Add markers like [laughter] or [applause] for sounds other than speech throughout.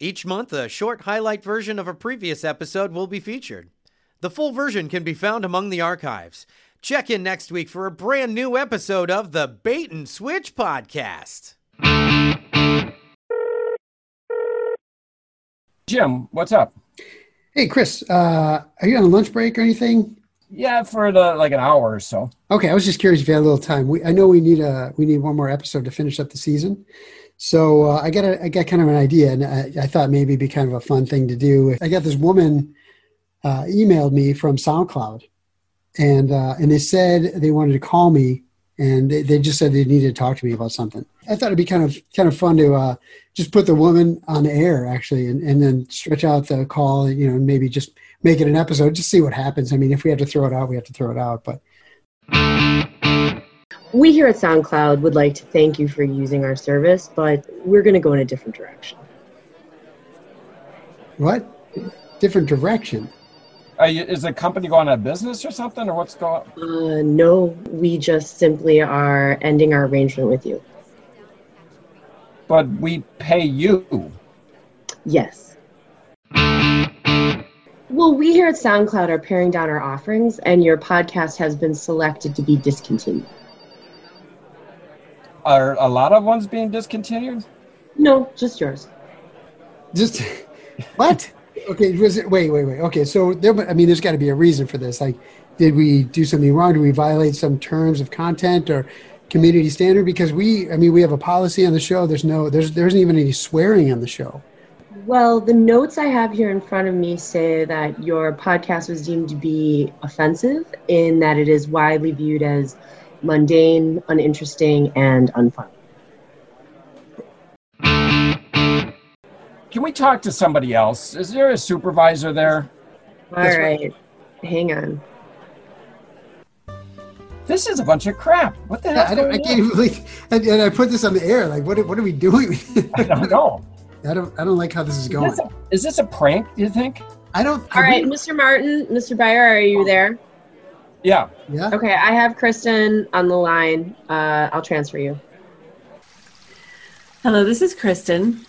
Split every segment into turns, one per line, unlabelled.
Each month, a short highlight version of a previous episode will be featured. The full version can be found among the archives. Check in next week for a brand new episode of the Bait and Switch podcast.
Jim, what's up?
Hey, Chris, uh, are you on a lunch break or anything?
Yeah, for the like an hour or so.
Okay, I was just curious if you had a little time. We, I know we need a we need one more episode to finish up the season, so uh, I got a, I got kind of an idea, and I, I thought maybe it'd be kind of a fun thing to do. I got this woman uh, emailed me from SoundCloud, and uh, and they said they wanted to call me, and they, they just said they needed to talk to me about something. I thought it'd be kind of kind of fun to uh, just put the woman on the air actually, and, and then stretch out the call, you know, and maybe just make it an episode, just see what happens. I mean, if we have to throw it out, we have to throw it out, but.
We here at SoundCloud would like to thank you for using our service, but we're going to go in a different direction.
What? Different direction.
Are you, is the company going out of business or something, or what's going?
Uh, no, we just simply are ending our arrangement with you.
But we pay you.
Yes. Well, we here at SoundCloud are paring down our offerings, and your podcast has been selected to be discontinued.
Are a lot of ones being discontinued?
No, just yours.
Just [laughs] what? okay, was it, wait, wait, wait. Okay, so there. I mean, there's got to be a reason for this. Like, did we do something wrong? Do we violate some terms of content or community standard? Because we, I mean, we have a policy on the show. There's no, there's, there isn't even any swearing on the show.
Well, the notes I have here in front of me say that your podcast was deemed to be offensive in that it is widely viewed as mundane, uninteresting, and unfunny.
Can we talk to somebody else? Is there a supervisor there?
All
That's
right, hang on.
This is a bunch of crap. What the hell?
I, don't, I can't even believe. And, and I put this on the air. Like, what, are- what are we doing? [laughs]
I don't know.
I don't, I [laughs] don't like how this is
Is
going.
this, a, is this a prank? Do you think?
I don't.
All right, Mr. Martin, Mr. Bayer, are you there?
Yeah.
Yeah.
Okay, I have Kristen on the line. Uh, I'll transfer you.
Hello, this is Kristen.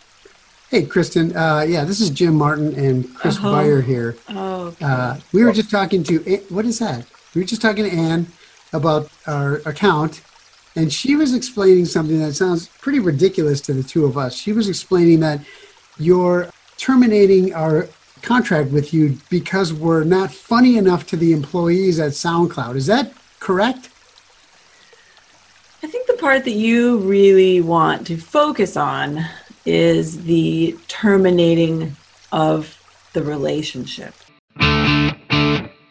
Hey, Kristen. Uh, yeah, this is Jim Martin and Chris
Uh-huh.
Beyer here.
Oh,
Uh, we were just talking to A- what is that? We were just talking to Anne about our account, and she was explaining something that sounds pretty ridiculous to the two of us. She was explaining that you're terminating our contract with you because we're not funny enough to the employees at SoundCloud. Is that correct?
I think the part that you really want to focus on is the terminating of the relationship.